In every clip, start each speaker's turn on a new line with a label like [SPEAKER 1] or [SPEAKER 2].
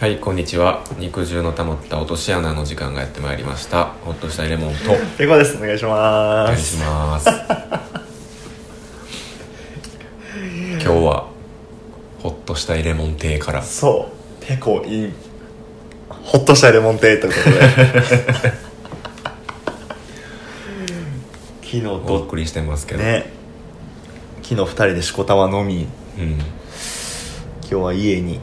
[SPEAKER 1] はいこんにちは肉汁のたまった落とし穴の時間がやってまいりましたほっとしたレモンと
[SPEAKER 2] レコですお願いし
[SPEAKER 1] お
[SPEAKER 2] ま
[SPEAKER 1] 願い
[SPEAKER 2] す
[SPEAKER 1] します 今日はほっとしたレモン亭から
[SPEAKER 2] そうペコインほっとしたレモンテーということで昨日
[SPEAKER 1] お
[SPEAKER 2] と
[SPEAKER 1] 送りしてますけど、
[SPEAKER 2] ね昨日2人でしこたま飲み
[SPEAKER 1] うん
[SPEAKER 2] 今日は家に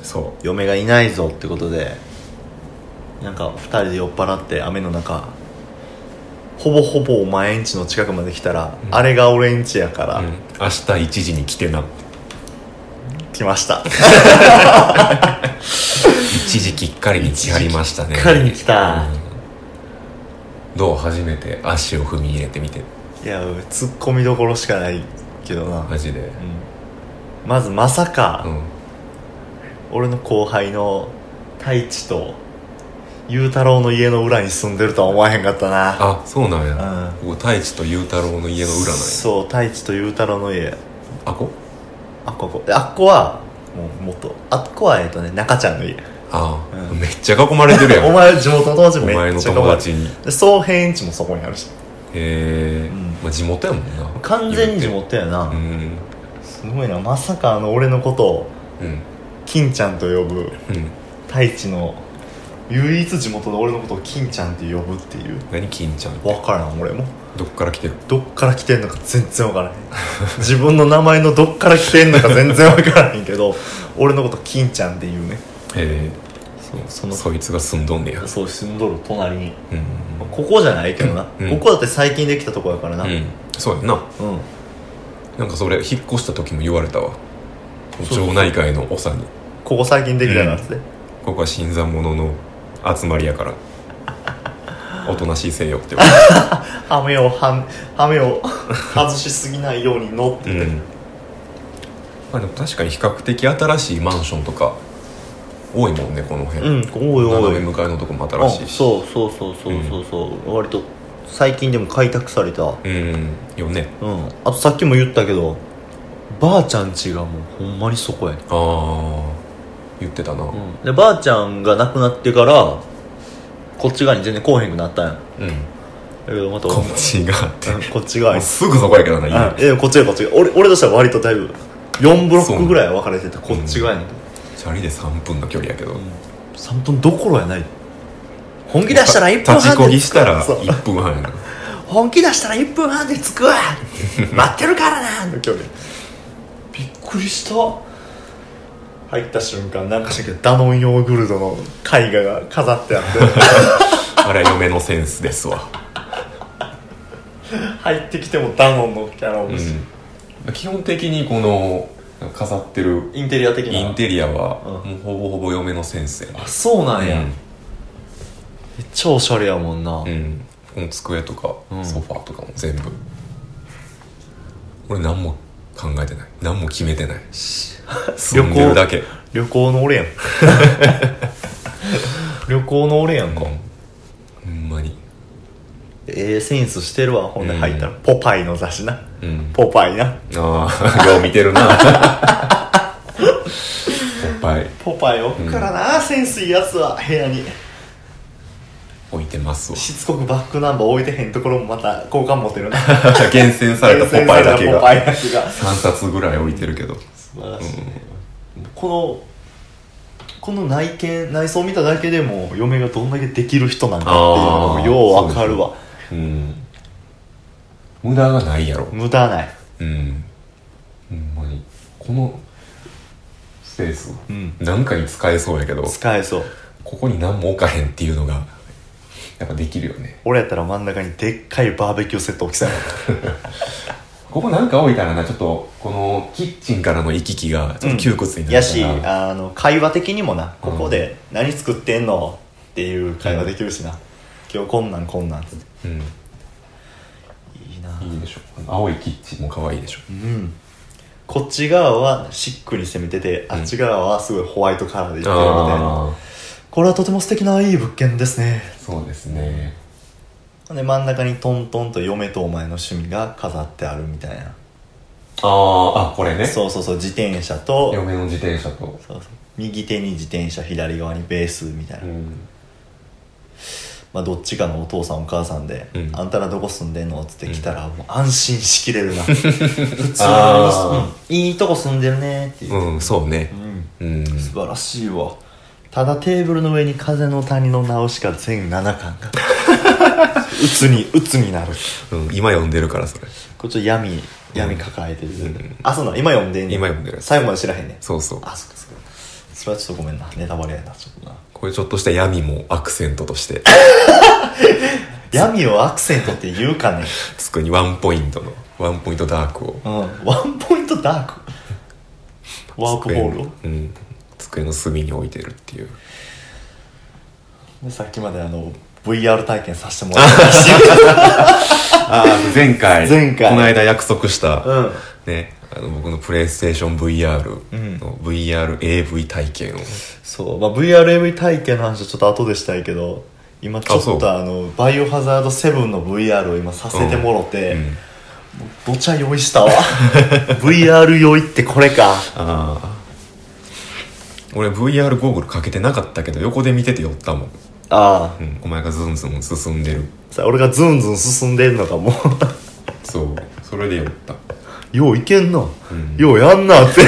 [SPEAKER 1] そ
[SPEAKER 2] 嫁がいないぞってことでなんか2人で酔っ払って雨の中ほぼほぼお前んちの近くまで来たら、あれが俺んちやから、
[SPEAKER 1] う、うん、明日1時に来てな
[SPEAKER 2] 来ました
[SPEAKER 1] 一時きっかりに来はりましたね
[SPEAKER 2] 一時きっかりに来た
[SPEAKER 1] うんどう初めて足を踏み入れてみて
[SPEAKER 2] いやツッコミどころしかないけどな、
[SPEAKER 1] マジで
[SPEAKER 2] うんまずまさか、
[SPEAKER 1] うん
[SPEAKER 2] 俺の後輩の太一と雄太郎の家の裏に住んでるとは思わへんかったな
[SPEAKER 1] あそうなんや
[SPEAKER 2] うん
[SPEAKER 1] ここ太一と雄太郎の家の裏なんや
[SPEAKER 2] そう太一と雄太郎の家
[SPEAKER 1] あこ
[SPEAKER 2] あっこあっこであっこはもう元あっこはえっとね中ちゃんの家
[SPEAKER 1] ああ、
[SPEAKER 2] うん
[SPEAKER 1] めっちゃ囲まれてる やん
[SPEAKER 2] お前地元の友達
[SPEAKER 1] お前
[SPEAKER 2] め
[SPEAKER 1] の
[SPEAKER 2] っちゃ
[SPEAKER 1] 友
[SPEAKER 2] 困
[SPEAKER 1] 達
[SPEAKER 2] る
[SPEAKER 1] にへ
[SPEAKER 2] で総平んちもそこにあるし
[SPEAKER 1] え、
[SPEAKER 2] うん
[SPEAKER 1] まあ、地元やもんな
[SPEAKER 2] 完全に地元やな、
[SPEAKER 1] うん
[SPEAKER 2] すごいなまさかあの俺のことを
[SPEAKER 1] うん
[SPEAKER 2] 金ちゃんと呼ぶ
[SPEAKER 1] うん
[SPEAKER 2] 太一の唯一地元で俺のことを金ちゃんって呼ぶっていう
[SPEAKER 1] 何金ちゃんって
[SPEAKER 2] 分からん俺も
[SPEAKER 1] どっから来てる
[SPEAKER 2] どっから来てんのか全然分からへん自分の名前のどっから来てんのか全然分からへんけど俺のこと金ちゃんって言うね
[SPEAKER 1] へ
[SPEAKER 2] そうそ
[SPEAKER 1] え
[SPEAKER 2] の
[SPEAKER 1] そいつが住んどんねや
[SPEAKER 2] そう住んどる隣に
[SPEAKER 1] うん
[SPEAKER 2] ここじゃないけどな、
[SPEAKER 1] うん
[SPEAKER 2] ここだって最近できたとこやからな
[SPEAKER 1] う
[SPEAKER 2] うん、
[SPEAKER 1] んそうやんななんかそれ引っ越した時も言われたわ
[SPEAKER 2] そう
[SPEAKER 1] 町内会の長に
[SPEAKER 2] ここ最近できたなって、
[SPEAKER 1] ここは新参者の集まりや からおとなしいせよって言われ
[SPEAKER 2] ハメをはんハメを 外しすぎないように乗って
[SPEAKER 1] て、うんまあ、でも確かに比較的新しいマンションとか多いもんねこの辺、
[SPEAKER 2] うん、おいお
[SPEAKER 1] 斜め
[SPEAKER 2] い
[SPEAKER 1] 向かいのとこも新しいし
[SPEAKER 2] そうそうそうそうそうそう、割と最近でも開拓された
[SPEAKER 1] うんよね
[SPEAKER 2] うん、あとさっきも言ったけどばあちゃん家がもうほんまにそこやね、
[SPEAKER 1] ああ言ってたなうん
[SPEAKER 2] でばあちゃんが亡くなってからこっち側に全然来おへんくなったんやだけどまた
[SPEAKER 1] こっちがあって
[SPEAKER 2] うんこっち側に
[SPEAKER 1] すぐそこやけどな
[SPEAKER 2] あ
[SPEAKER 1] 家
[SPEAKER 2] えこっち側こっち側俺俺としては割とだいぶ4ブロックぐらい分かれててこっち側やねん、
[SPEAKER 1] チャリで3分の距離やけど
[SPEAKER 2] 3分どころやない本気出したら1
[SPEAKER 1] 立ち
[SPEAKER 2] 分
[SPEAKER 1] こ
[SPEAKER 2] 半で
[SPEAKER 1] ぎ
[SPEAKER 2] 着
[SPEAKER 1] し
[SPEAKER 2] く
[SPEAKER 1] たら
[SPEAKER 2] そう
[SPEAKER 1] 1分半やな
[SPEAKER 2] 本気出したら1分半で 着くわ待ってるからなの距離びっくりした入った瞬間なんかしたけどダノンヨーグルトの絵画が飾ってあって
[SPEAKER 1] あれは嫁のセンスですわ
[SPEAKER 2] 入ってきてもダノンのキャラを、
[SPEAKER 1] うん、基本的にこの飾ってる
[SPEAKER 2] インテリア的な
[SPEAKER 1] インテリアは
[SPEAKER 2] う
[SPEAKER 1] もうほぼほぼ嫁の先生
[SPEAKER 2] あそうなんや、
[SPEAKER 1] うん
[SPEAKER 2] 超おしゃれやもんな、
[SPEAKER 1] うんこの机とか
[SPEAKER 2] うん
[SPEAKER 1] ソファーとかも全部、俺何も考えてない何も決め てない住んでるだけ
[SPEAKER 2] 旅行の 俺やん旅行の俺やんか、
[SPEAKER 1] うんほんまに
[SPEAKER 2] ええセンスしてるわほんで
[SPEAKER 1] うん
[SPEAKER 2] 入ったら、ポパイの雑誌な
[SPEAKER 1] うん
[SPEAKER 2] ポパイな
[SPEAKER 1] ああ よう見てるなおっぱい
[SPEAKER 2] ポパイおっからな、センスいいやつは部屋に
[SPEAKER 1] 置いてますわ
[SPEAKER 2] しつこくバックナンバー置いてへんところもまた好感持てるな
[SPEAKER 1] 厳選されたポパイ だけ
[SPEAKER 2] 厳選されたポパ
[SPEAKER 1] が
[SPEAKER 2] イだけが素
[SPEAKER 1] 3冊ぐらい置いてるけど
[SPEAKER 2] 晴らしいね、このこの内見内装見ただけでも嫁がどんだけできる人なんだっていうのもようわかるわ
[SPEAKER 1] うん無駄がないやろ
[SPEAKER 2] 無駄ない
[SPEAKER 1] うんほんまにこのスペース
[SPEAKER 2] うん
[SPEAKER 1] 何かに使えそうやけど
[SPEAKER 2] 使えそう
[SPEAKER 1] ここに何も置かへんっていうのがやっぱできるよね
[SPEAKER 2] 俺やったら真ん中にでっかいバーベキューセット置きたいな
[SPEAKER 1] ここなんか多いからなちょっとこのキッチンからの行き来がちょっと窮屈にな
[SPEAKER 2] や
[SPEAKER 1] るか
[SPEAKER 2] し
[SPEAKER 1] ら、
[SPEAKER 2] あの会話的にもなここで「何作ってんの?」っていう会話できるしな、今日こんなんこんなんつって
[SPEAKER 1] うん
[SPEAKER 2] いいない
[SPEAKER 1] いでしょこの青いキッチンも可愛いでしょ
[SPEAKER 2] うんこっち側はシックに攻めてて、あっち側はすごいホワイトカラーでいってるみたいな
[SPEAKER 1] あ
[SPEAKER 2] これはとても素敵ないい物件ですね
[SPEAKER 1] あそうですね
[SPEAKER 2] で真ん中にトントンと嫁とお前の趣味が飾ってあるみたい
[SPEAKER 1] あ
[SPEAKER 2] な
[SPEAKER 1] ああこれね
[SPEAKER 2] そうそうそう自転車と
[SPEAKER 1] 嫁の自転車と
[SPEAKER 2] そうそう右手に自転車左側にベースみたいな、
[SPEAKER 1] うん
[SPEAKER 2] まあ、どっちかのお父さんお母さんで「
[SPEAKER 1] うん
[SPEAKER 2] あんたらどこ住んでんの?」っつって来たら、もう安心しきれ るな普通
[SPEAKER 1] あ
[SPEAKER 2] に、うんいいとこ住んでるね」っていう、
[SPEAKER 1] うんそうね
[SPEAKER 2] うん
[SPEAKER 1] うん
[SPEAKER 2] 素晴らしいわただテーブルの上に風の谷の直しか全7巻 が鬱に鬱になる
[SPEAKER 1] うん今読んでるからそれ
[SPEAKER 2] こっちょっと闇闇抱えてる、あそうなの今読んでんね
[SPEAKER 1] 今読んでる
[SPEAKER 2] 最後まで知らへんねん
[SPEAKER 1] そうそう
[SPEAKER 2] あそっかそっかそれはちょっとごめんなネタバレやなちょっとな
[SPEAKER 1] これちょっとした闇もアクセントとして
[SPEAKER 2] 闇をアクセントって言うかね
[SPEAKER 1] つくにワンポイントのワンポイントダークを
[SPEAKER 2] うんワンポイントダークワークボール
[SPEAKER 1] 机
[SPEAKER 2] を
[SPEAKER 1] のうん机の隅に置いてるっていう
[SPEAKER 2] でさっきまであの VR 体験させてもらったし
[SPEAKER 1] ああ前回
[SPEAKER 2] 前回
[SPEAKER 1] この間約束した、
[SPEAKER 2] うん
[SPEAKER 1] ねあの僕のプレイステーション VR の VRAV 体験を、
[SPEAKER 2] そう、まあ、VRAV 体験の話はちょっと後でしたいけど今ちょっ
[SPEAKER 1] あそう
[SPEAKER 2] とあのバイオハザード7の VR を今させてもろて、
[SPEAKER 1] うん
[SPEAKER 2] どちゃ用意したわ VR 用意ってこれか
[SPEAKER 1] ああ俺 VR ゴーグルかけてなかったけど横で見てて酔ったもん、
[SPEAKER 2] ああ
[SPEAKER 1] うん、お前がズンズン進んでる
[SPEAKER 2] さあ俺がズンズン進んでんのかも
[SPEAKER 1] そうそれで酔った
[SPEAKER 2] よういけんな、
[SPEAKER 1] ん
[SPEAKER 2] ようやんなって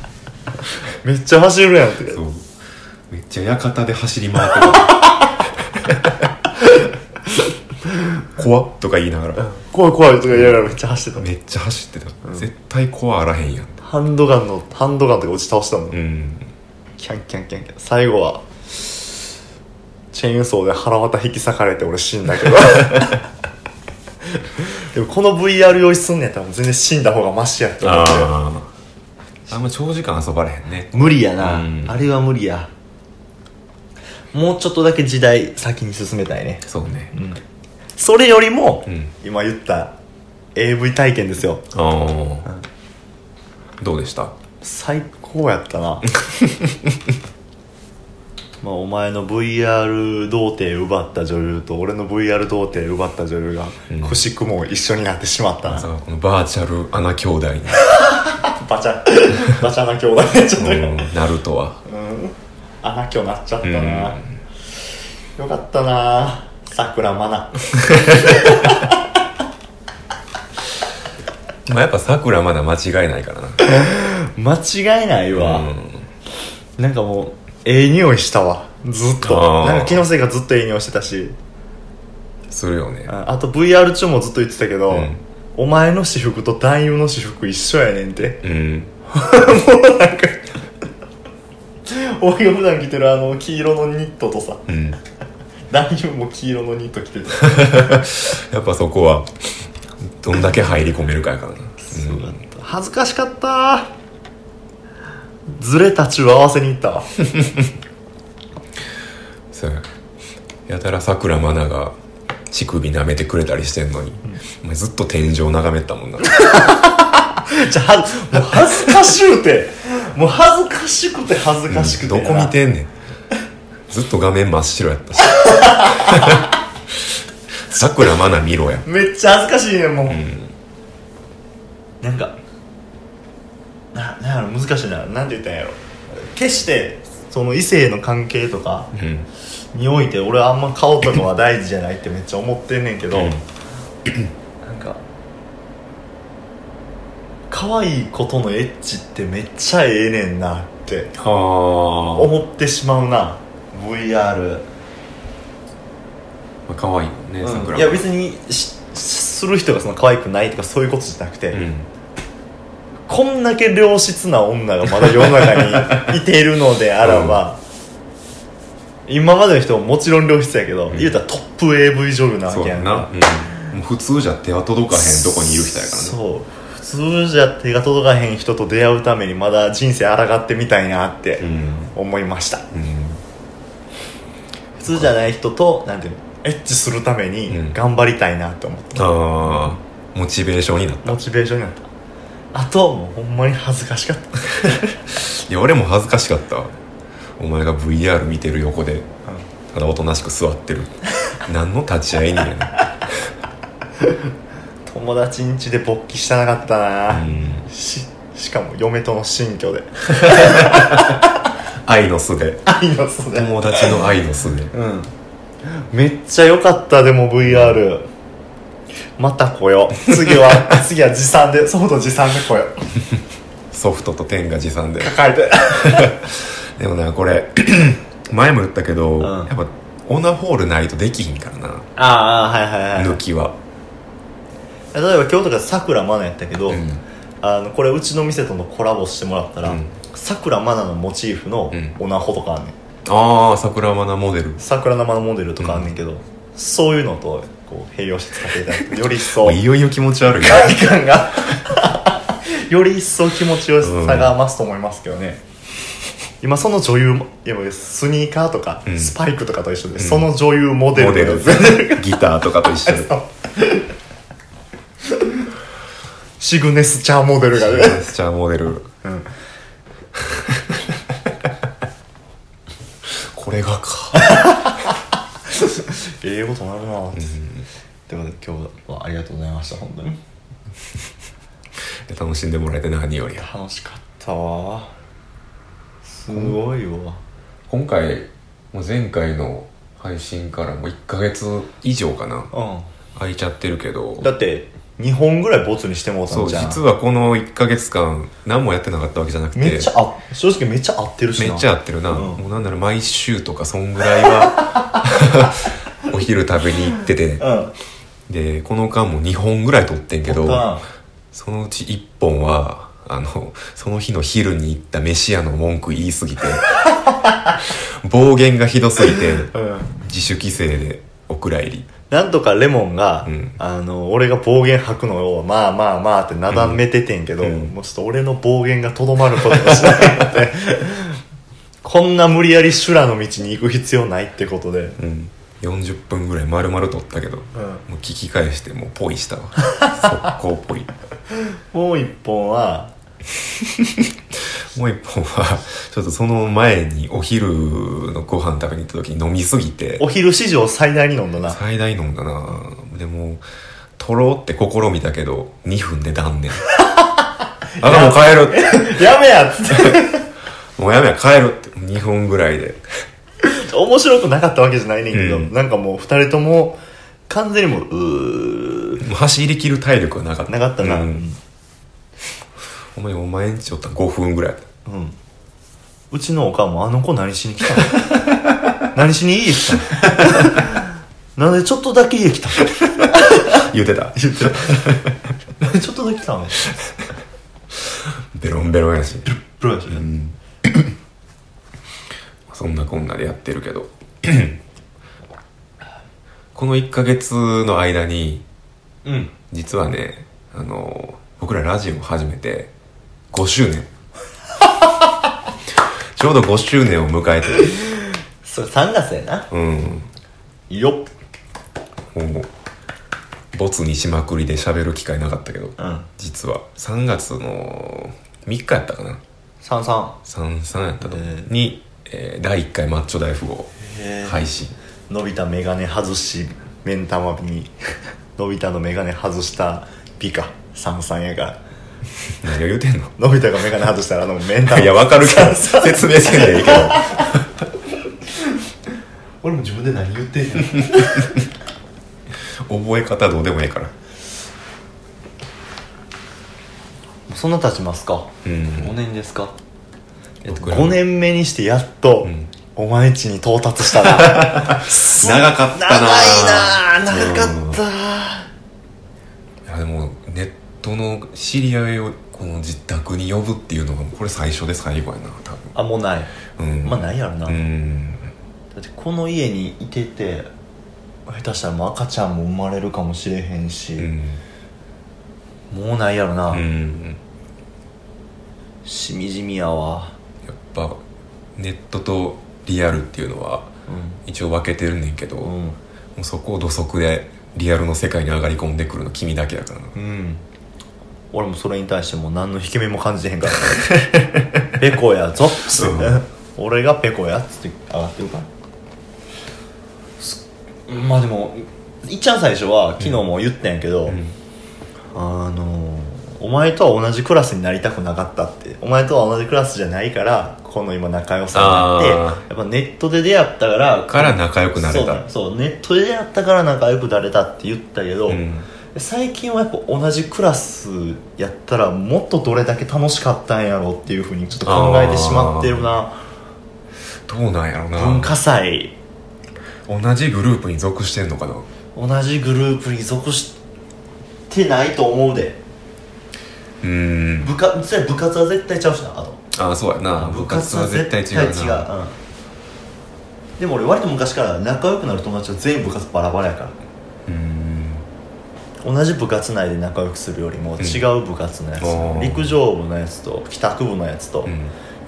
[SPEAKER 2] めっちゃ走るやんって
[SPEAKER 1] そうめっちゃ館で走り回って た怖っとか言いながら
[SPEAKER 2] 怖い怖いとか言いながらめっちゃ走ってた
[SPEAKER 1] めっちゃ走ってた、絶対怖あらへんやん
[SPEAKER 2] ハンドガンのハンドガンとか落ち倒したもん、
[SPEAKER 1] うん
[SPEAKER 2] キャンキャンキャンキャン最後はチェーンソーで腹渡引き裂かれて俺死んだ けどでもこの VR 用意すんねやったらもう全然死んだ方がマシやって思って
[SPEAKER 1] あああんま長時間遊ばれへんね
[SPEAKER 2] 無理やな、
[SPEAKER 1] うん
[SPEAKER 2] あれは無理やもうちょっとだけ時代先に進めたいね
[SPEAKER 1] そうね
[SPEAKER 2] それよりも、
[SPEAKER 1] うん
[SPEAKER 2] 今言った AV 体験ですよ
[SPEAKER 1] ああどうでした
[SPEAKER 2] 最高やったな まあお前の VR 童貞奪った女優と俺の VR 童貞奪った女優が
[SPEAKER 1] うん
[SPEAKER 2] くしくも一緒になってしまったな、
[SPEAKER 1] さあこのバーチャル穴兄弟に
[SPEAKER 2] バチャ バチャな兄弟になっちゃったよ
[SPEAKER 1] うんなるとは
[SPEAKER 2] 穴今日なっちゃったな、よかったなさくらまな
[SPEAKER 1] まあやっぱさくらまだ間違いないからな
[SPEAKER 2] 間違いないわ、なんかもうええ匂いしたわずっ
[SPEAKER 1] あ
[SPEAKER 2] と
[SPEAKER 1] ー
[SPEAKER 2] なんか気のせいかずっとええ匂いしてたし
[SPEAKER 1] するよね
[SPEAKER 2] ああと VR 中もずっと言ってたけど、
[SPEAKER 1] うん
[SPEAKER 2] お前の私服と男優の私服一緒やねんて
[SPEAKER 1] う ん
[SPEAKER 2] 俺が普段着てるあの黄色のニットとさ
[SPEAKER 1] うん
[SPEAKER 2] 男優も黄色のニット着てて
[SPEAKER 1] やっぱそこはどんだけ入り込めるかやからなうん
[SPEAKER 2] 恥ずかしかったズレたちを合わせに行ったわ
[SPEAKER 1] そうややたらさくらまなが乳首舐めてくれたりしてんのに、お前ずっと天井眺めてたもんな
[SPEAKER 2] じゃあはもう恥ずかしゅうてもう恥ずかしくて恥ずかしくて
[SPEAKER 1] ど
[SPEAKER 2] な、
[SPEAKER 1] こ見てんねんずっと画面真っ白やったし さくらまな見ろや
[SPEAKER 2] めっちゃ恥ずかしいねんもう、なんかななんやろ難しいななんて言ったんやろ決してその異性の関係とか
[SPEAKER 1] うん
[SPEAKER 2] において俺はあんま顔とかは大事じゃないってめっちゃ思ってんねんけど、
[SPEAKER 1] うん
[SPEAKER 2] なんか可愛いことのエッチってめっちゃええねんなって
[SPEAKER 1] は
[SPEAKER 2] 思ってしまうな VR、
[SPEAKER 1] あ可愛いもんねさく
[SPEAKER 2] うん
[SPEAKER 1] ら
[SPEAKER 2] いや別にしする人がその可愛くないとかそういうことじゃなくて、
[SPEAKER 1] うん
[SPEAKER 2] こんだけ良質な女がまだ世の中にいているのであらば、今までの人ももちろん良質やけど、
[SPEAKER 1] ん
[SPEAKER 2] 言うたらトップ AV 女優なわ
[SPEAKER 1] そう
[SPEAKER 2] けや
[SPEAKER 1] や
[SPEAKER 2] ん
[SPEAKER 1] な、
[SPEAKER 2] か
[SPEAKER 1] うん、もう普通じゃ手は届かへんとこにいる人やからね
[SPEAKER 2] そう普通じゃ手が届かへん人と出会うためにまだ人生抗ってみたいなって
[SPEAKER 1] うん
[SPEAKER 2] 思いました、
[SPEAKER 1] うん
[SPEAKER 2] 普通じゃない人となんていうのエッチするため
[SPEAKER 1] うん
[SPEAKER 2] に頑張りたいなって思って、
[SPEAKER 1] ああモチベーションになっ
[SPEAKER 2] モチベーションになったあともうほんまに恥ずかしかった
[SPEAKER 1] たいや俺も恥ずかしかったわお前が VR 見てる横でただおとなしく座ってる何の立ち会いにやねん
[SPEAKER 2] 友達ん家で勃起したなかったな、
[SPEAKER 1] うん
[SPEAKER 2] ししかも嫁との新居 で
[SPEAKER 1] 愛の素で
[SPEAKER 2] 愛の素で
[SPEAKER 1] 友達の愛の素で
[SPEAKER 2] うんめっちゃ良かったでも VR また来よう次 は次は持参でソフト持参で来よう
[SPEAKER 1] ソフトと天が持参 で
[SPEAKER 2] 抱えて
[SPEAKER 1] でもなこれ 前も言ったけど、
[SPEAKER 2] ん
[SPEAKER 1] やっぱオナホールないとできひんからな
[SPEAKER 2] ああはいはいは
[SPEAKER 1] 抜
[SPEAKER 2] い
[SPEAKER 1] きは、
[SPEAKER 2] 例えば今日とかさくらまなやったけど、
[SPEAKER 1] うん
[SPEAKER 2] あのこれうちの店とのコラボしてもらったら
[SPEAKER 1] うん
[SPEAKER 2] さくらまなのモチーフの
[SPEAKER 1] うん
[SPEAKER 2] オナホとかあんねん
[SPEAKER 1] ああ桜花モデル
[SPEAKER 2] 桜生のモデルとかあんねんけど、そういうのとこう併用して使っていただくとより一層
[SPEAKER 1] いよいよ気持ち悪いな
[SPEAKER 2] 外観が より一層気持ちよさが増すと思いますけどね、今その女優もいやスニーカーとか
[SPEAKER 1] うん
[SPEAKER 2] スパイクとかと一緒で、
[SPEAKER 1] ん
[SPEAKER 2] その女優モデ
[SPEAKER 1] モデ
[SPEAKER 2] ルの
[SPEAKER 1] ル
[SPEAKER 2] やつ
[SPEAKER 1] ギターとかと 一緒で
[SPEAKER 2] シグネスチャーモデルがね
[SPEAKER 1] スチャーモデル これがか
[SPEAKER 2] ええことなるなぁってことで今日はありがとうございました本当に
[SPEAKER 1] 楽しんでもらえて何よりや
[SPEAKER 2] 楽しかったわすごいわ
[SPEAKER 1] 今回もう前回の配信からもう1ヶ月以上かな
[SPEAKER 2] う
[SPEAKER 1] 空いちゃってるけど
[SPEAKER 2] んだって2本ぐらいボツにしてもうた
[SPEAKER 1] そ
[SPEAKER 2] ん
[SPEAKER 1] う
[SPEAKER 2] じゃん
[SPEAKER 1] 実はこの1ヶ月間何もやってなかったわけじゃなくて
[SPEAKER 2] めっちゃあ正直めっちゃ合ってるし
[SPEAKER 1] め
[SPEAKER 2] な
[SPEAKER 1] っちゃ合ってるな、
[SPEAKER 2] うん
[SPEAKER 1] もうなんなら毎週とかそんぐらいは お昼食べに行ってて
[SPEAKER 2] うん
[SPEAKER 1] でこの間も2本ぐらい撮ってんけど
[SPEAKER 2] あ
[SPEAKER 1] そのうち1本はあのその日の昼に行った飯屋の文句言いす ぎて暴言がひどすぎて
[SPEAKER 2] うん
[SPEAKER 1] 自主規制でお蔵入り
[SPEAKER 2] なんとかレモンが、
[SPEAKER 1] うん
[SPEAKER 2] あの俺が暴言吐くのをまあまあまあってなだめててんけど、
[SPEAKER 1] うん
[SPEAKER 2] もうちょっと俺の暴言がとどまることがしないので こんな無理やり修羅の道に行く必要ないってことで、
[SPEAKER 1] うん40分ぐらい丸々撮ったけど、
[SPEAKER 2] うん
[SPEAKER 1] もう聞き返してもうポイしたわ速攻ポイ
[SPEAKER 2] もう一本は
[SPEAKER 1] もう一本はちょっとその前にお昼のご飯食べに行った時に飲みすぎて
[SPEAKER 2] お昼史上最大に飲んだな
[SPEAKER 1] 最大飲んだなでも撮ろうって試みたけど2分で断 念あもう帰るって
[SPEAKER 2] やめやっつって
[SPEAKER 1] もうやめや帰るって2分ぐらいで
[SPEAKER 2] 面白くなかったわけじゃないねんけど、
[SPEAKER 1] うん
[SPEAKER 2] なんかもう二人とも完全にもううー
[SPEAKER 1] もう走り切る体力はなかった
[SPEAKER 2] なかったな
[SPEAKER 1] うんお前お前んちおったら5分ぐらい
[SPEAKER 2] うん、うちのおかんも「あの子何しに来た の何しに家来たのなんでちょっとだけ家来たの?」
[SPEAKER 1] 言うてた
[SPEAKER 2] 言ってた「なんでちょっとだけ来たの?」
[SPEAKER 1] ベロンベロンやし
[SPEAKER 2] プロやし
[SPEAKER 1] そんなこんなでやってるけど この1ヶ月の間に
[SPEAKER 2] うん
[SPEAKER 1] 実はねあの僕らラジオを始めて5周年 ちょうど5周年を迎えて
[SPEAKER 2] それ3月やな
[SPEAKER 1] うん
[SPEAKER 2] よっ
[SPEAKER 1] もうボツにしまくりで喋る機会なかったけど
[SPEAKER 2] うん
[SPEAKER 1] 実は3月の3日やったかな
[SPEAKER 2] 三三
[SPEAKER 1] 33やったと思う
[SPEAKER 2] ね
[SPEAKER 1] に、えー第1回マッチョ大富豪
[SPEAKER 2] へー
[SPEAKER 1] 配信
[SPEAKER 2] 伸びた眼鏡外し目ん玉に のび太の眼鏡外した美か三三やから
[SPEAKER 1] 何を言うてんの
[SPEAKER 2] のび太が眼鏡外したらあの目ん玉
[SPEAKER 1] いや、わかるけど、
[SPEAKER 2] 三三
[SPEAKER 1] 説明せんでいいけど。
[SPEAKER 2] 俺も自分で何言ってんの
[SPEAKER 1] 覚え方どうでもいいから。
[SPEAKER 2] そんな経ちますか、
[SPEAKER 1] う
[SPEAKER 2] 五
[SPEAKER 1] ん
[SPEAKER 2] 5年ですか、えっと、
[SPEAKER 1] 僕らも
[SPEAKER 2] 5年目にしてやっと、
[SPEAKER 1] ん
[SPEAKER 2] お前んちに到達した な
[SPEAKER 1] 長かったな
[SPEAKER 2] 長いな長
[SPEAKER 1] う
[SPEAKER 2] か
[SPEAKER 1] ん
[SPEAKER 2] っ
[SPEAKER 1] い
[SPEAKER 2] た
[SPEAKER 1] や、でも、ネットの知り合いを、この自宅に呼ぶっていうのが、これ最初で最後やな、多
[SPEAKER 2] あもうない
[SPEAKER 1] 分。うん。
[SPEAKER 2] まあないやろな、
[SPEAKER 1] う
[SPEAKER 2] だ
[SPEAKER 1] ん。
[SPEAKER 2] ってこの家にいてて下手したらもう赤ちゃんも生まれるかもしれへんし、
[SPEAKER 1] うん。
[SPEAKER 2] もうないやろな、
[SPEAKER 1] うん。
[SPEAKER 2] しみじみやわ
[SPEAKER 1] やっぱ、ネットとリアルっていうのは、一応分けてるねんけど、
[SPEAKER 2] うん
[SPEAKER 1] も
[SPEAKER 2] うん
[SPEAKER 1] うそこを土足で、リアルの世界に上がり込んでくるの君だけだからな。
[SPEAKER 2] うん俺もそれに対してもう何の引け目も感じてへんから ペコやぞっつって、
[SPEAKER 1] うん
[SPEAKER 2] 俺がペコやっつって上がってるからすまあでもいっちゃん最初は昨日も言ったんやけど、
[SPEAKER 1] ん
[SPEAKER 2] あのお前とは同じクラスになりたくなかったってお前とは同じクラスじゃないからこの今仲良さになってやっぱネットで出会ったから
[SPEAKER 1] から仲良くなれ
[SPEAKER 2] そう
[SPEAKER 1] た
[SPEAKER 2] だそうネットで出会ったから仲良くなれたって言ったけど、
[SPEAKER 1] うん
[SPEAKER 2] 最近はやっぱ同じクラスやったらもっとどれだけ楽しかったんやろうっていうふうにちょっと考えてしまってるな
[SPEAKER 1] どうなんやろ
[SPEAKER 2] 文
[SPEAKER 1] な
[SPEAKER 2] 化祭
[SPEAKER 1] 同じグループに属してんのかな
[SPEAKER 2] 同じグループに属してないと思うで
[SPEAKER 1] うん
[SPEAKER 2] 部活実際部活は絶対ちゃうしなあと
[SPEAKER 1] ああそうやな部活は絶対違うな
[SPEAKER 2] 絶対違ううんでも俺割と昔から仲良くなる友達は全員部活バラバラやから
[SPEAKER 1] うん
[SPEAKER 2] 同じ部活内で仲良くするよりも
[SPEAKER 1] ん
[SPEAKER 2] 違う部活のやつ、
[SPEAKER 1] あー
[SPEAKER 2] 陸上部のやつと帰宅部のやつと、
[SPEAKER 1] うん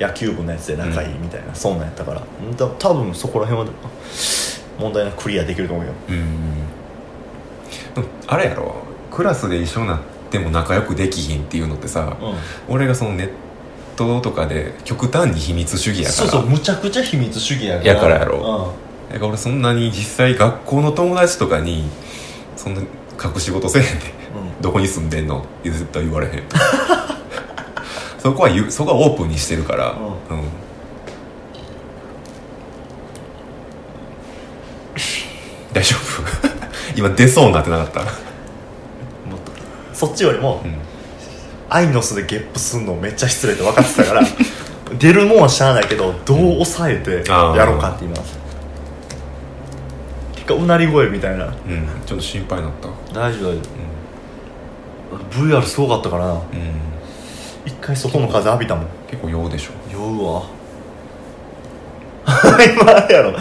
[SPEAKER 2] 野球部のやつで仲いいみたいな、そんなんやったからだ多分そこら辺は問題なくクリアできると思うよ
[SPEAKER 1] うんでもあれやろクラスで一緒になっても仲良くできひんっていうのってさ、
[SPEAKER 2] う
[SPEAKER 1] 俺がそのネットとかで極端に秘密主義
[SPEAKER 2] ん
[SPEAKER 1] やか
[SPEAKER 2] そう
[SPEAKER 1] ら
[SPEAKER 2] そうむちゃくちゃ秘密主義やから
[SPEAKER 1] やからやろだから俺そんなに実際学校の友達とかにそんな隠し事せえへんで
[SPEAKER 2] うん、うん
[SPEAKER 1] どこに住んでんのって絶対言われへん そこは言うそこはオープンにしてるから
[SPEAKER 2] う
[SPEAKER 1] うん大丈夫 今出そうになってなかった、
[SPEAKER 2] もっとそっちよりも、
[SPEAKER 1] うん
[SPEAKER 2] アイノスでゲップすんのめっちゃ失礼って分かってたから出るもんはしゃあないけどどう抑えて
[SPEAKER 1] あー
[SPEAKER 2] やろうかって今結果うなり声みたいな
[SPEAKER 1] うん、ちょっと心配になった
[SPEAKER 2] 大丈夫大丈夫 VR すごかったからな
[SPEAKER 1] うん、うん、
[SPEAKER 2] 一回そこの風浴びたもん
[SPEAKER 1] 結構用でしょ
[SPEAKER 2] 酔うわ今あれやろ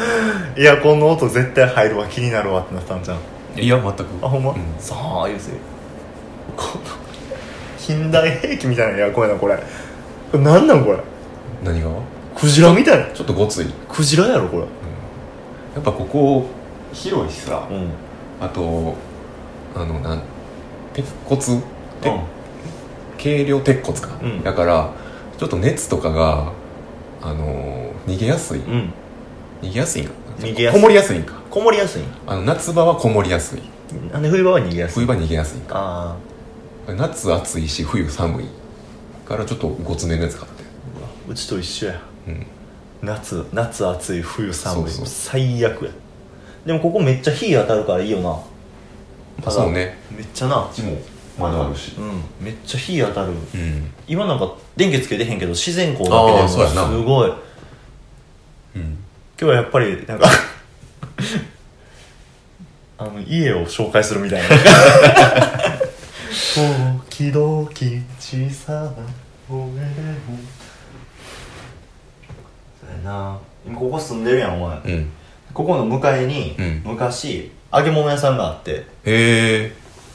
[SPEAKER 2] エアコンの音絶対入るわ気になるわってなったんじゃん
[SPEAKER 1] いや全く
[SPEAKER 2] あほんま、
[SPEAKER 1] う
[SPEAKER 2] さあ言うせこの近代兵器みたいなエアコンやなこれこれ何なんこれ
[SPEAKER 1] 何が
[SPEAKER 2] クジラみたいな
[SPEAKER 1] ちょっとごつい
[SPEAKER 2] クジラやろこれ
[SPEAKER 1] やっぱここ広いしさ
[SPEAKER 2] うん、うん、
[SPEAKER 1] あとあのなん鉄骨て軽量鉄骨か、
[SPEAKER 2] うん
[SPEAKER 1] だからちょっと熱とかがあのー逃げやすい
[SPEAKER 2] うん
[SPEAKER 1] 逃げやすいんか
[SPEAKER 2] 逃げやすい
[SPEAKER 1] こもりやすいんか
[SPEAKER 2] こもりやすい
[SPEAKER 1] あの夏場はこもりやすい
[SPEAKER 2] なんで冬場は逃げやすい
[SPEAKER 1] 冬場逃げやすいんか
[SPEAKER 2] あ
[SPEAKER 1] 夏暑いし冬寒いからちょっとごつめのやつ買って
[SPEAKER 2] あうちと一緒や
[SPEAKER 1] うん
[SPEAKER 2] 夏夏暑い冬寒
[SPEAKER 1] そう
[SPEAKER 2] い
[SPEAKER 1] そう
[SPEAKER 2] 最悪やでもここめっちゃ日当たるからいいよな
[SPEAKER 1] あそうね
[SPEAKER 2] めっちゃな
[SPEAKER 1] こっちも窓あるし
[SPEAKER 2] うんめっちゃ日当たる
[SPEAKER 1] うん
[SPEAKER 2] 今なんか電気つけてへんけど自然光だけで
[SPEAKER 1] あ
[SPEAKER 2] も
[SPEAKER 1] ー
[SPEAKER 2] す
[SPEAKER 1] そうやな
[SPEAKER 2] ごい今
[SPEAKER 1] うん
[SPEAKER 2] 日はやっぱりなんか あの家を紹介するみたいな「時々小さな声でも」そうやな今ここ住んでるやんお前、
[SPEAKER 1] うん
[SPEAKER 2] ここの向かいに
[SPEAKER 1] うん
[SPEAKER 2] 昔揚げ物屋さんがあって
[SPEAKER 1] へ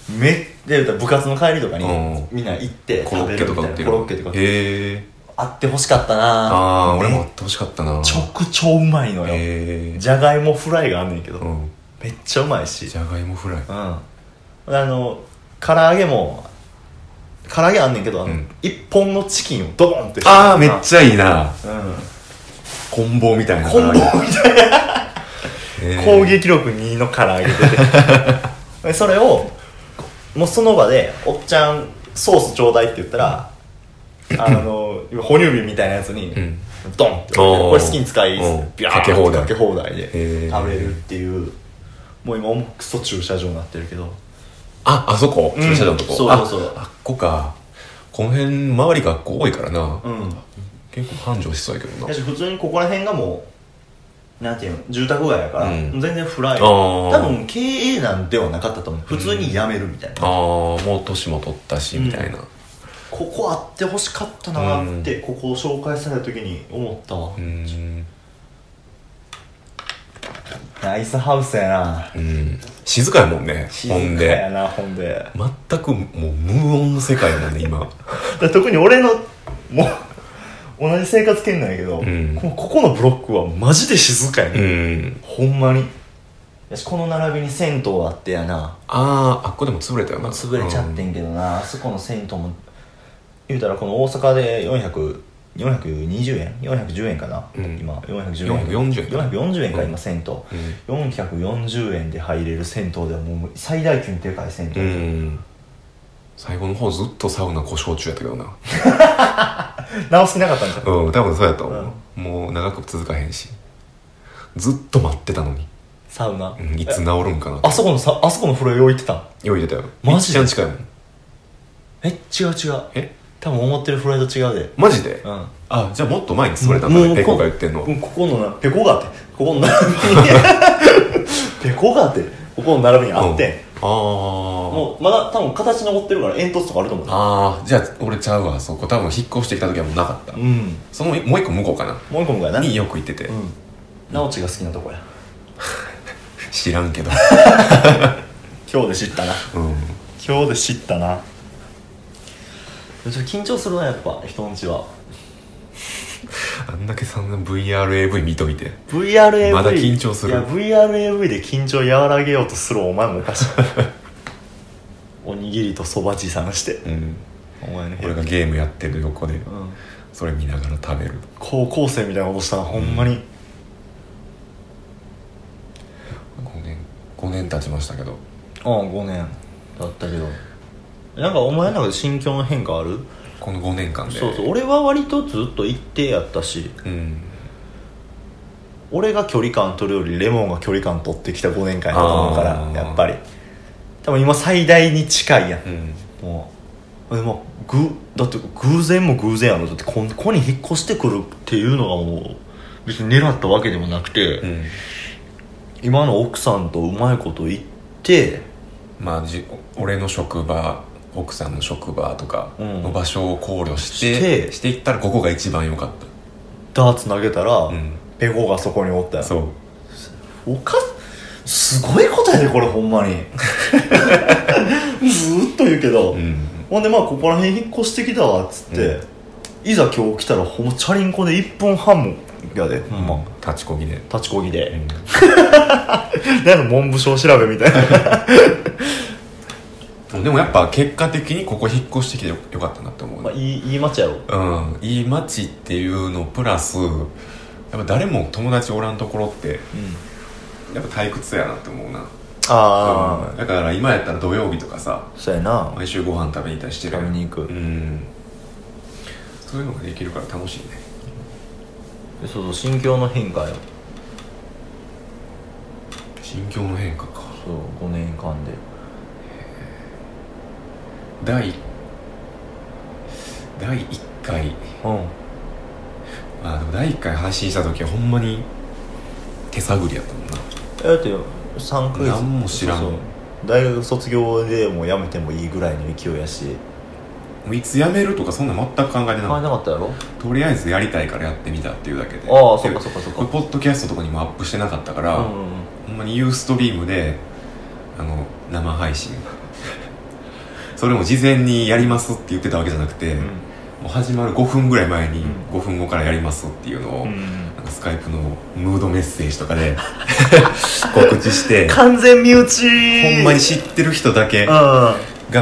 [SPEAKER 2] めっで部活の帰りとかに
[SPEAKER 1] うん
[SPEAKER 2] みんな行って
[SPEAKER 1] えコロッケとか売ってる
[SPEAKER 2] コロッケとか
[SPEAKER 1] へえ
[SPEAKER 2] あってほしかったな
[SPEAKER 1] ああー俺もあってほしかったな
[SPEAKER 2] ちょくちょうまいのよ、
[SPEAKER 1] へえ
[SPEAKER 2] じゃがいもフライがあんねんけど、
[SPEAKER 1] うん
[SPEAKER 2] めっちゃうまいし
[SPEAKER 1] じゃがいもフライ
[SPEAKER 2] うんあの唐揚げも唐揚げあんねんけどあの、
[SPEAKER 1] うん
[SPEAKER 2] 一本のチキンをドボンって
[SPEAKER 1] ああめっちゃいいな
[SPEAKER 2] ゃうん
[SPEAKER 1] こん棒みたいな
[SPEAKER 2] コンボみたい
[SPEAKER 1] え
[SPEAKER 2] な
[SPEAKER 1] ー
[SPEAKER 2] 攻撃力2の唐揚げ出ててで それをもうその場で「おっちゃんソースちょうだい」って言ったら、あの哺乳瓶みたいなやつに、
[SPEAKER 1] うん
[SPEAKER 2] ドンって
[SPEAKER 1] おー
[SPEAKER 2] これ好きに使い
[SPEAKER 1] うん
[SPEAKER 2] ビャー
[SPEAKER 1] かけ放題
[SPEAKER 2] かけ放題
[SPEAKER 1] へ
[SPEAKER 2] で
[SPEAKER 1] ー
[SPEAKER 2] 食べれるっていうもう今重くそ駐車場になってるけど
[SPEAKER 1] ああそこ
[SPEAKER 2] うん
[SPEAKER 1] 駐車場のとこ、
[SPEAKER 2] そうそうそう
[SPEAKER 1] ああっこかこの辺周り学校多いからな、
[SPEAKER 2] うん
[SPEAKER 1] 結構繁盛しそうやけどな
[SPEAKER 2] だし普通にここら辺がもうなんていうの住宅街やから、
[SPEAKER 1] うん
[SPEAKER 2] 全然フライ
[SPEAKER 1] あー
[SPEAKER 2] 多分経営なんではなかったと思う普通に辞めるみたいな、
[SPEAKER 1] ああもう年も取ったしみたいな、
[SPEAKER 2] ここあってほしかったなーって、ここを紹介された時に思ったわ、
[SPEAKER 1] うーん
[SPEAKER 2] ナイスハウスやな
[SPEAKER 1] うん静かやもんね
[SPEAKER 2] 静か
[SPEAKER 1] ほん
[SPEAKER 2] や
[SPEAKER 1] で
[SPEAKER 2] なほんで
[SPEAKER 1] 全くもう無音の世界やもんね 今
[SPEAKER 2] だから特に俺のもう同じ生活圏内やけど、
[SPEAKER 1] ん
[SPEAKER 2] こここのブロックはマジで静かや
[SPEAKER 1] う
[SPEAKER 2] ね、
[SPEAKER 1] ん
[SPEAKER 2] ほんまにやしこの並びに銭湯あってやな
[SPEAKER 1] あああっこでも潰れたよな
[SPEAKER 2] 潰れちゃってんけどな、あそこの銭湯も言うたらこの大阪で400 420円410円かな、
[SPEAKER 1] うん
[SPEAKER 2] 今410円
[SPEAKER 1] 440円
[SPEAKER 2] 440円か、今銭湯、
[SPEAKER 1] うん
[SPEAKER 2] 440円で入れる銭湯ではもう最大級にでかい銭湯、
[SPEAKER 1] うん最後の方ずっとサウナ故障中やったけどな
[SPEAKER 2] 直してなかったんじゃん
[SPEAKER 1] うん多分そうやと思う、もう長く続かへんしずっと待ってたのに、
[SPEAKER 2] サウナ
[SPEAKER 1] うんいつ治るんかな
[SPEAKER 2] あそこのさあそこの風呂用意ってたん
[SPEAKER 1] 用意出たよ
[SPEAKER 2] マジで
[SPEAKER 1] みっちゃん近いもん
[SPEAKER 2] え違う違う
[SPEAKER 1] え
[SPEAKER 2] 多分思ってるフライと違うで
[SPEAKER 1] マジで、
[SPEAKER 2] うん
[SPEAKER 1] あじゃあもっと前に座れたんだねペコが言ってんの、
[SPEAKER 2] うんここのなペコがあってここの並 びにペコがあってここの並びにあって、
[SPEAKER 1] うんああ
[SPEAKER 2] もうまだ多分形残ってるから煙突とかあると思う
[SPEAKER 1] ああじゃあ俺ちゃうわそこ多分引っ越してきた時はもうなかった、
[SPEAKER 2] うん
[SPEAKER 1] そのもう一個向こうか
[SPEAKER 2] もう一個向かい
[SPEAKER 1] な
[SPEAKER 2] なう
[SPEAKER 1] に
[SPEAKER 2] ん
[SPEAKER 1] よく行ってて、
[SPEAKER 2] 直ちが好きなとこや
[SPEAKER 1] 知らん けど
[SPEAKER 2] 今日で知ったな
[SPEAKER 1] うん
[SPEAKER 2] 今日で知ったなちょっと緊張するなやっぱ人んちは
[SPEAKER 1] あんだけ散々 VRAV 見といて
[SPEAKER 2] VRAV
[SPEAKER 1] まだ緊張する
[SPEAKER 2] いや VRAV で緊張和らげようとするお前もお かしいおにぎりとそば持参して
[SPEAKER 1] うん
[SPEAKER 2] お前の部
[SPEAKER 1] 俺
[SPEAKER 2] 屋
[SPEAKER 1] がゲームやってる横で
[SPEAKER 2] うん
[SPEAKER 1] それ見ながら食べる
[SPEAKER 2] 高校生みたいなことしたらほんまに、
[SPEAKER 1] 5年5年経ちましたけど
[SPEAKER 2] ああ5年だったけどなんかお前の中で心境の変化ある、
[SPEAKER 1] この5年間で
[SPEAKER 2] そうそう俺は割とずっと一定やったし
[SPEAKER 1] うん
[SPEAKER 2] 俺が距離感取るよりレモンが距離感取ってきた5年間やと思うから
[SPEAKER 1] あー
[SPEAKER 2] やっぱり多分今最大に近いやん
[SPEAKER 1] うん
[SPEAKER 2] もうでもぐだって偶然も偶然やろだってこんここに引っ越してくるっていうのがもう別に狙ったわけでもなくて、
[SPEAKER 1] うん
[SPEAKER 2] 今の奥さんとうまいこと言って
[SPEAKER 1] まあじ俺の職場奥さんの職場とか
[SPEAKER 2] うん
[SPEAKER 1] の場所を考慮して、
[SPEAKER 2] して
[SPEAKER 1] していったらここが一番良かっ
[SPEAKER 2] ダーツ投げたら、
[SPEAKER 1] たうん
[SPEAKER 2] ペコがそこにおったよ
[SPEAKER 1] そう
[SPEAKER 2] おかすごいことやでこれほ んまにずーっと言うけど、
[SPEAKER 1] うん
[SPEAKER 2] ほんでまあここら辺引っ越してきたわっつって、いざ今日来たらほんまチャリンコで1分半もやでほんま、
[SPEAKER 1] 立ちこぎで、
[SPEAKER 2] 立ちこぎで、
[SPEAKER 1] うん
[SPEAKER 2] なんか文部省調べみたいな
[SPEAKER 1] でもやっぱ結果的にここ引っ越してきてよよかったなって思う
[SPEAKER 2] まあ
[SPEAKER 1] ね、
[SPEAKER 2] いいいい街やろ
[SPEAKER 1] うんいい街っていうのプラスやっぱ誰も友達おらんところってやっぱ退屈やなって思うな
[SPEAKER 2] ああ、
[SPEAKER 1] だから今やったら土曜日とかさ
[SPEAKER 2] そうやな
[SPEAKER 1] 毎週ご飯食べに行ったりしてるやん
[SPEAKER 2] 食べに行く
[SPEAKER 1] うんそういうのができるから楽しいね
[SPEAKER 2] そうそう心境の変化よ
[SPEAKER 1] 心境の変化か
[SPEAKER 2] そう5年間で
[SPEAKER 1] 第第1回
[SPEAKER 2] うん
[SPEAKER 1] あでも第1回配信した時はほんまに手探りやったもんな
[SPEAKER 2] えだって3クイズ
[SPEAKER 1] なんも知らん
[SPEAKER 2] そうそう大学卒業でもう辞めてもいいぐらいの勢いやし
[SPEAKER 1] もういつ辞めるとかそんな全く考えてな
[SPEAKER 2] 考
[SPEAKER 1] か
[SPEAKER 2] え
[SPEAKER 1] っ
[SPEAKER 2] なかったやろ
[SPEAKER 1] たとりあえずやりたいからやってみたっていうだけで
[SPEAKER 2] ああそっかそっかそっか
[SPEAKER 1] これポッドキャストとかにもアップしてなかったから、
[SPEAKER 2] うんうんうん
[SPEAKER 1] ほんまにユーストリームであの生配信 それも事前にやりますって言ってたわけじゃなくて、
[SPEAKER 2] う
[SPEAKER 1] も
[SPEAKER 2] ん
[SPEAKER 1] う始まる5分ぐらい前に
[SPEAKER 2] ん
[SPEAKER 1] 5分後からやりますっていうのを、
[SPEAKER 2] うん
[SPEAKER 1] なんかスカイプのムードメッセージとかで 告知して
[SPEAKER 2] 完全身内
[SPEAKER 1] ほんまに知ってる人だけ
[SPEAKER 2] うん
[SPEAKER 1] が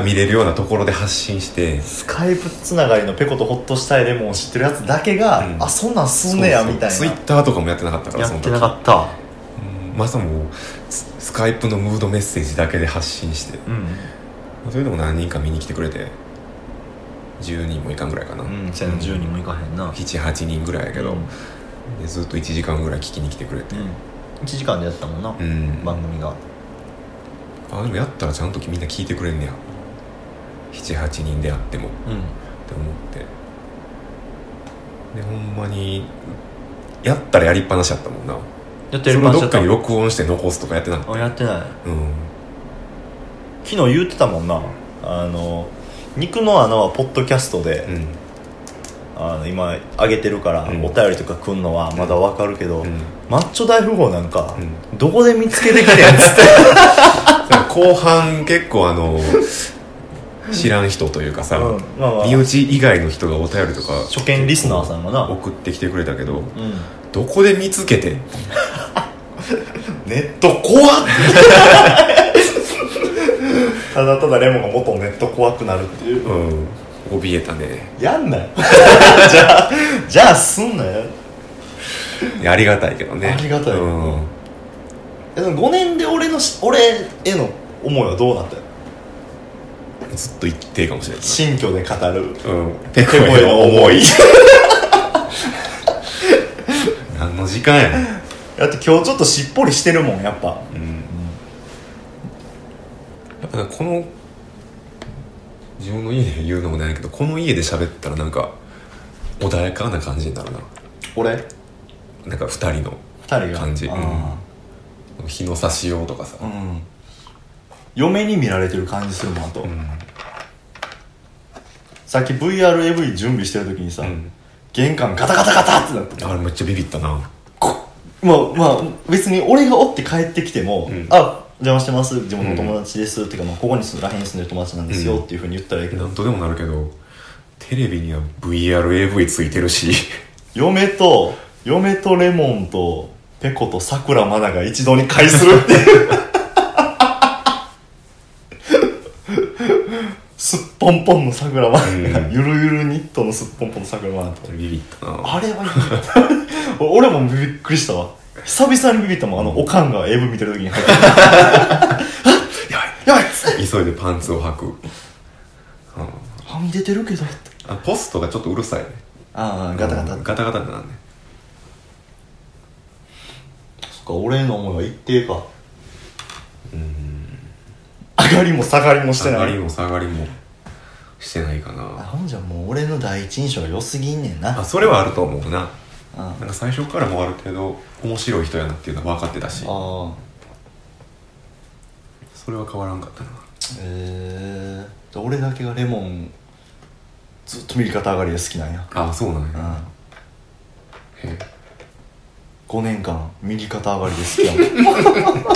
[SPEAKER 1] 見れるようなところで発信して
[SPEAKER 2] スカイプつながりのペコとホッとしたいレモンを知ってるやつだけが、
[SPEAKER 1] うん
[SPEAKER 2] あそんなんすんねやみたい
[SPEAKER 1] ツイッ
[SPEAKER 2] な
[SPEAKER 1] ターとかもやってなかったから
[SPEAKER 2] や
[SPEAKER 1] その
[SPEAKER 2] って
[SPEAKER 1] 時
[SPEAKER 2] なかった
[SPEAKER 1] うんまさもうススカイプのムードメッセージだけで発信して
[SPEAKER 2] うん
[SPEAKER 1] それでも何人か見に来てくれて10人もいかんぐらいかな、
[SPEAKER 2] うん千10人もいかへんな
[SPEAKER 1] 78人ぐらいやけど、
[SPEAKER 2] うん
[SPEAKER 1] でずっと1時間ぐらい聞きに来てくれて
[SPEAKER 2] うん、1時間でやってたもんな、
[SPEAKER 1] うん、
[SPEAKER 2] 番組が
[SPEAKER 1] あでもやったらちゃんとみんな聞いてくれんねや78人であってもっ
[SPEAKER 2] うん
[SPEAKER 1] て思ってでほんまにやったらやりっぱなしやったもんな
[SPEAKER 2] やって
[SPEAKER 1] それ
[SPEAKER 2] る
[SPEAKER 1] をど
[SPEAKER 2] 感じだ
[SPEAKER 1] っ
[SPEAKER 2] った
[SPEAKER 1] かに録音して残すとかやってなかっ
[SPEAKER 2] あやってない
[SPEAKER 1] たうん
[SPEAKER 2] 昨日言ってたもんなあの肉の穴はポッドキャストで、
[SPEAKER 1] うん
[SPEAKER 2] あの今上げてるから、
[SPEAKER 1] うん
[SPEAKER 2] お便りとか来んのはまだわかるけど、
[SPEAKER 1] うん
[SPEAKER 2] マッチョ大富豪なんか、
[SPEAKER 1] う
[SPEAKER 2] どこで見つけてきてんっつって
[SPEAKER 1] 後半結構あの知らん人というかさ、
[SPEAKER 2] うんまあまあ
[SPEAKER 1] 身内以外の人がお便りとか
[SPEAKER 2] 初見リスナーさんがな
[SPEAKER 1] 送ってきてくれたけど
[SPEAKER 2] うん
[SPEAKER 1] どこで見つけて
[SPEAKER 2] ネット怖っ ただただレモンがもっとネット怖くなるっていう
[SPEAKER 1] うん怯えたね
[SPEAKER 2] やんなよ じゃあじゃあすんなよ
[SPEAKER 1] いやありがたいけどね
[SPEAKER 2] ありがたい
[SPEAKER 1] うん
[SPEAKER 2] えでも5年で俺のし俺への思いはどうなったよ
[SPEAKER 1] ずっと一定かもしれない
[SPEAKER 2] 新居で語
[SPEAKER 1] う
[SPEAKER 2] る
[SPEAKER 1] んペコ
[SPEAKER 2] 手声
[SPEAKER 1] への
[SPEAKER 2] の
[SPEAKER 1] 思
[SPEAKER 2] 思
[SPEAKER 1] い
[SPEAKER 2] い
[SPEAKER 1] 何の時間やねん
[SPEAKER 2] だって今日ちょっとしっぽりしてるもんやっぱ
[SPEAKER 1] だからこの自分の家で言うのもないけどこの家で喋ったらなんか穏やかな感じになるな
[SPEAKER 2] 俺
[SPEAKER 1] なんか2人の
[SPEAKER 2] 二人が
[SPEAKER 1] 感じ
[SPEAKER 2] あ
[SPEAKER 1] 日の差しようとかさ
[SPEAKER 2] ーうん嫁に見られてる感じするもんあと、
[SPEAKER 1] うん
[SPEAKER 2] さっき VRAV 準備してる時にさ、
[SPEAKER 1] うん
[SPEAKER 2] 玄関ガタガタガタってなって
[SPEAKER 1] あれめっちゃビビったな
[SPEAKER 2] こまあまあ別に俺がおって帰ってきても「
[SPEAKER 1] うん
[SPEAKER 2] あ邪魔してます地元の友達です」っていうか、まあ、ここに住んでらへんに住んでる友達なんですよ、
[SPEAKER 1] うん
[SPEAKER 2] っていうふうに言ったらいいけど、
[SPEAKER 1] なんとでもなるけどテレビには VRAV ついてるし
[SPEAKER 2] 嫁と嫁とレモンとペコとさくらまなが一堂に会するっていう すっぽんぽんのさくらまなが、
[SPEAKER 1] うん
[SPEAKER 2] ゆるゆるニットのすっぽんぽんのさくらまなと
[SPEAKER 1] ビビったな
[SPEAKER 2] あれは 俺もビビっくりしたわ久々にビビったもんあのおかんが AV 見てる時に 入ってきて
[SPEAKER 1] や
[SPEAKER 2] やばいっつって
[SPEAKER 1] ばい急いでパンツを履く、うん
[SPEAKER 2] はみ出てるけどって
[SPEAKER 1] あポストがちょっとうるさいね
[SPEAKER 2] ああガタガタ
[SPEAKER 1] う
[SPEAKER 2] っ
[SPEAKER 1] ん
[SPEAKER 2] て
[SPEAKER 1] ガタガタになるね
[SPEAKER 2] そっか俺への思いは一定か上がりも下がりもして
[SPEAKER 1] 上
[SPEAKER 2] な
[SPEAKER 1] が
[SPEAKER 2] い
[SPEAKER 1] りも下がりもしてないか
[SPEAKER 2] あ
[SPEAKER 1] な
[SPEAKER 2] ほんじゃもう俺の第一印象が良すぎんねんな
[SPEAKER 1] あそれはあると思うな
[SPEAKER 2] あ
[SPEAKER 1] なんか最初からもうある程度面白い人やなっていうのは分かってたし
[SPEAKER 2] あ
[SPEAKER 1] それは変わらんかったな
[SPEAKER 2] ええ俺だけがレモンずっと右肩上がりで好きなんや
[SPEAKER 1] あそうなん
[SPEAKER 2] う
[SPEAKER 1] や、
[SPEAKER 2] ん
[SPEAKER 1] へ
[SPEAKER 2] 5年間右肩上がりで好き やもん
[SPEAKER 1] え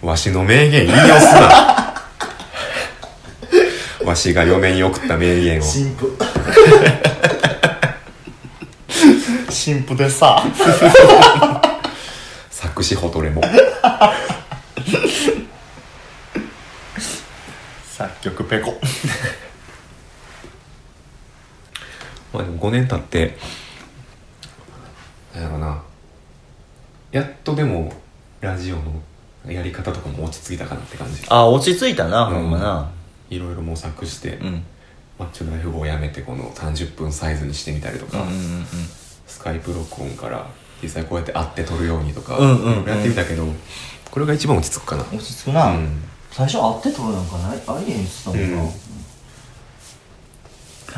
[SPEAKER 1] わしの名言言いよすな わしが嫁に送った名言を
[SPEAKER 2] 新 婦新婦でさ
[SPEAKER 1] 作詞ホトレも
[SPEAKER 2] 作曲ペコ
[SPEAKER 1] まあでも5年経ってなんやろなやっとでもラジオのやり方とかも落ち着いたかなって感じ
[SPEAKER 2] あ落ち着いたな
[SPEAKER 1] うんいろいろ模索して、
[SPEAKER 2] うん
[SPEAKER 1] マッチョ大富豪をやめてこの30分サイズにしてみたりと
[SPEAKER 2] う
[SPEAKER 1] か、
[SPEAKER 2] んうん
[SPEAKER 1] スカイプ録音から実際こうやって会って撮るようにとか、
[SPEAKER 2] うんうんうん
[SPEAKER 1] やってみたけどこれが一番落ち着くかな
[SPEAKER 2] うん落ち着くな、
[SPEAKER 1] うん
[SPEAKER 2] 最初会って撮るなんかないありえんしさもんな、
[SPEAKER 1] うん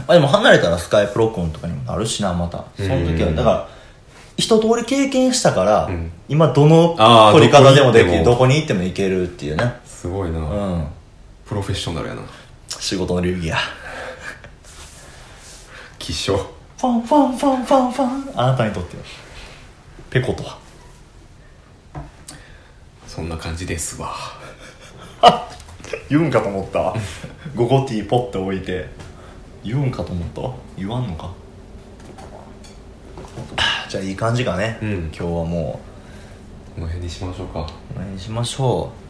[SPEAKER 2] あでも離れたらスカイプロコンとかにもなるしなまたその時は
[SPEAKER 1] うん
[SPEAKER 2] だから一通り経験したから、
[SPEAKER 1] うん
[SPEAKER 2] 今どの
[SPEAKER 1] あー
[SPEAKER 2] 撮り方でもできる
[SPEAKER 1] ど
[SPEAKER 2] ど
[SPEAKER 1] こ
[SPEAKER 2] こに行っても行けるっていうね
[SPEAKER 1] すごいな、
[SPEAKER 2] うん
[SPEAKER 1] プロフェッショナルやな
[SPEAKER 2] 仕事の流儀や
[SPEAKER 1] 希少
[SPEAKER 2] ファンファンファンファンファンあなたにとってはペコとは
[SPEAKER 1] そんな感じですわ
[SPEAKER 2] 言うんかと思ったゴゴティーポッて置いて言うんかと思った言わんのかじゃあいい感じかね、
[SPEAKER 1] うん
[SPEAKER 2] 今日はも
[SPEAKER 1] この辺にしましょうか
[SPEAKER 2] うこれにしましょう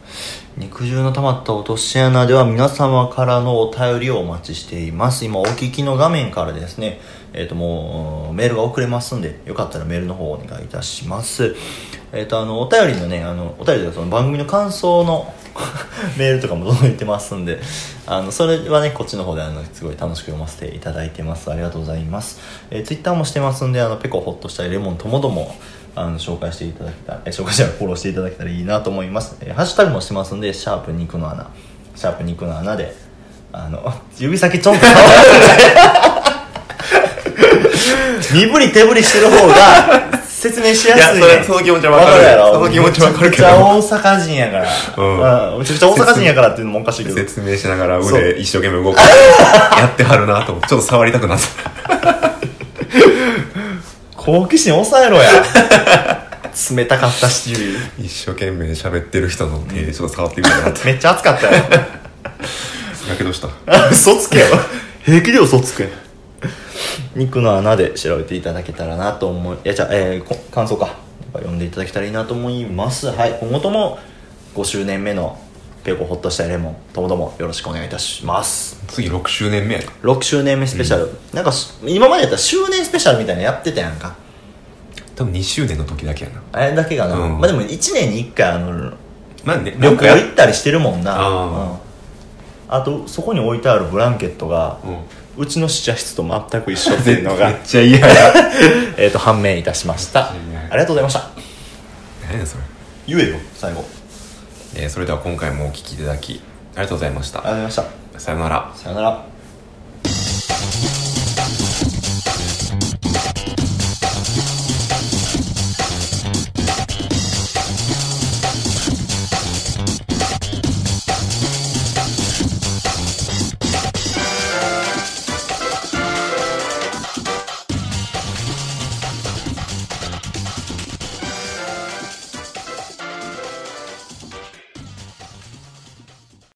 [SPEAKER 2] 肉汁の溜まった落とし穴では皆様からのお便りをお待ちしています今お聞きの画面からですねえっ、ともうメールが遅れますんでよかったらメールの方をお願いいたしますえっ、とあのお便りのねあのお便りでその番組の感想の メールとかも届いてますんであのそれはねこっちの方であのすごい楽しく読ませていただいてますありがとうございます、えー、ツイッターもしてますんであのペコほっとしたりレモンともどもあの紹介していただけたら、えー紹介したらフォローしていただけたらいいなと思います、えーハッシュタグもしてますんでシャープ肉の穴シャープ肉の穴であの 指先ちょんと触らない で身振り手振りしてる方が説明しやすい
[SPEAKER 1] い
[SPEAKER 2] ね
[SPEAKER 1] やそれその気持ちはわかる
[SPEAKER 2] わやろ
[SPEAKER 1] その気持ちはわかるけど
[SPEAKER 2] めちゃくちゃ大阪人やから、
[SPEAKER 1] うん
[SPEAKER 2] まあめちゃくちゃ大阪人やからっていうのもおかしいけど
[SPEAKER 1] 説明しながら
[SPEAKER 2] そう
[SPEAKER 1] 腕一生懸命動かしてやってはるなと思ってちょっと触りたくなった
[SPEAKER 2] 好奇心抑えろ や冷たかったし指
[SPEAKER 1] 一生懸命喋ってる人の手でちょっと触ってみたくな っ
[SPEAKER 2] めっちゃ暑かったよ
[SPEAKER 1] たやけどした
[SPEAKER 2] 嘘つけよ平気で嘘つけ 肉の穴で調べていただけたらなと思いいやじゃあ、えーこ感想かやっぱ読んでいただけたらいいなと思いますはい今後とも5周年目のペコホッとしたいレモンともどもよろしくお願いいたします
[SPEAKER 1] 次6周年目やね
[SPEAKER 2] 6周年目スペシャル、なんかし今までやったら周年スペシャルみたいなのやってたやんか
[SPEAKER 1] 多分2周年の時だけやな
[SPEAKER 2] あれだけがな、
[SPEAKER 1] うん
[SPEAKER 2] まあでも1年に1回あの
[SPEAKER 1] まあね
[SPEAKER 2] 旅行
[SPEAKER 1] なんかや
[SPEAKER 2] 行ったりしてるもんな、
[SPEAKER 1] あ
[SPEAKER 2] あとそこに置いてあるブランケットが、
[SPEAKER 1] うん
[SPEAKER 2] うちの試写室と全く一緒ってい
[SPEAKER 1] 絶
[SPEAKER 2] うの
[SPEAKER 1] 対
[SPEAKER 2] が
[SPEAKER 1] めっちゃ嫌や
[SPEAKER 2] えーと判明いたしました
[SPEAKER 1] い
[SPEAKER 2] あ
[SPEAKER 1] やいや
[SPEAKER 2] りがとうございました
[SPEAKER 1] 何やそれ、
[SPEAKER 2] 言えよ最後
[SPEAKER 1] えーそれでは今回もお聞きいただきありがとうございまし
[SPEAKER 2] あ
[SPEAKER 1] た
[SPEAKER 2] りがとうございまし
[SPEAKER 1] さようなら
[SPEAKER 2] たさよなら